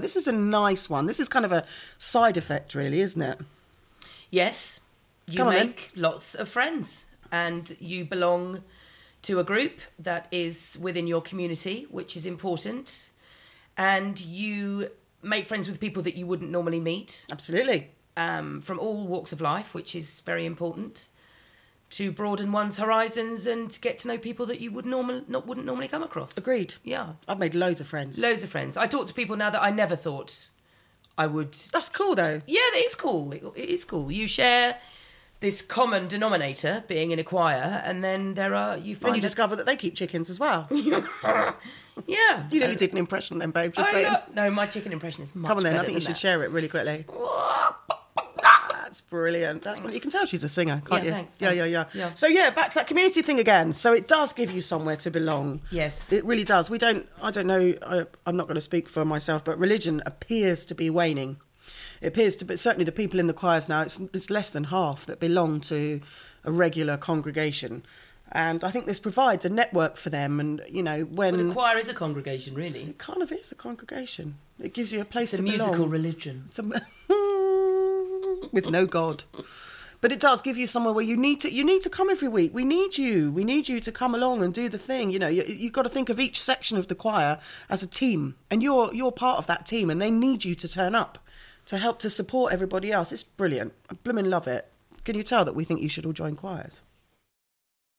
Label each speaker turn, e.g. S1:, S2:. S1: This is a nice one. This is kind of a side effect, really, isn't it?
S2: Yes, you
S1: Come on, then.
S2: make lots of friends and you belong to a group that is within your community, which is important. And you make friends with people that you wouldn't normally meet
S1: Absolutely.
S2: um, from all walks of life, which is very important to broaden one's horizons and to get to know people that you would normal, not, wouldn't normally come across.
S1: Agreed.
S2: Yeah.
S1: I've made loads of friends.
S2: Loads of friends. I talk to people now that I never thought I would
S1: That's cool, though.
S2: yeah, it is cool. It, it is cool. You share this common denominator, being in a choir, and then there are you
S1: Then
S2: find
S1: you
S2: that-
S1: discover that they keep chickens as well. You
S2: yeah.
S1: nearly did an impression then, babe. Just
S2: I
S1: saying.
S2: know- no, my chicken impression is much
S1: Come on then, I
S2: better
S1: think you
S2: than
S1: should share it really quickly.
S2: that.
S1: That's brilliant. That's brilliant. You can tell she's a singer, can't
S2: Yeah,
S1: you?
S2: thanks,
S1: yeah, yeah, yeah,
S2: thanks. Yeah.
S1: So yeah, back to that community thing again. So it does give you somewhere to belong.
S2: Yes.
S1: it really does. We don't. I don't know. I, I'm not going to speak for myself, but religion appears to be waning. It appears to, but certainly the people in the choirs now, it's it's less than half that belong to a regular congregation, and I think this provides a network for them. And you know when.
S2: The choir is a congregation, really.
S1: it kind of is a congregation. It gives you a place
S2: It's
S1: to
S2: a musical
S1: belong.
S2: religion.
S1: Some, with no God. But it does give you somewhere where you need to. You need to come every week. We need you. We need you to come along and do the thing. You know, you, you've got to think of each section of the choir as a team, and you're you're part of that team, and they need you to turn up to help to support everybody else. It's brilliant. I blooming love it. Can you tell that we think you should all join choirs?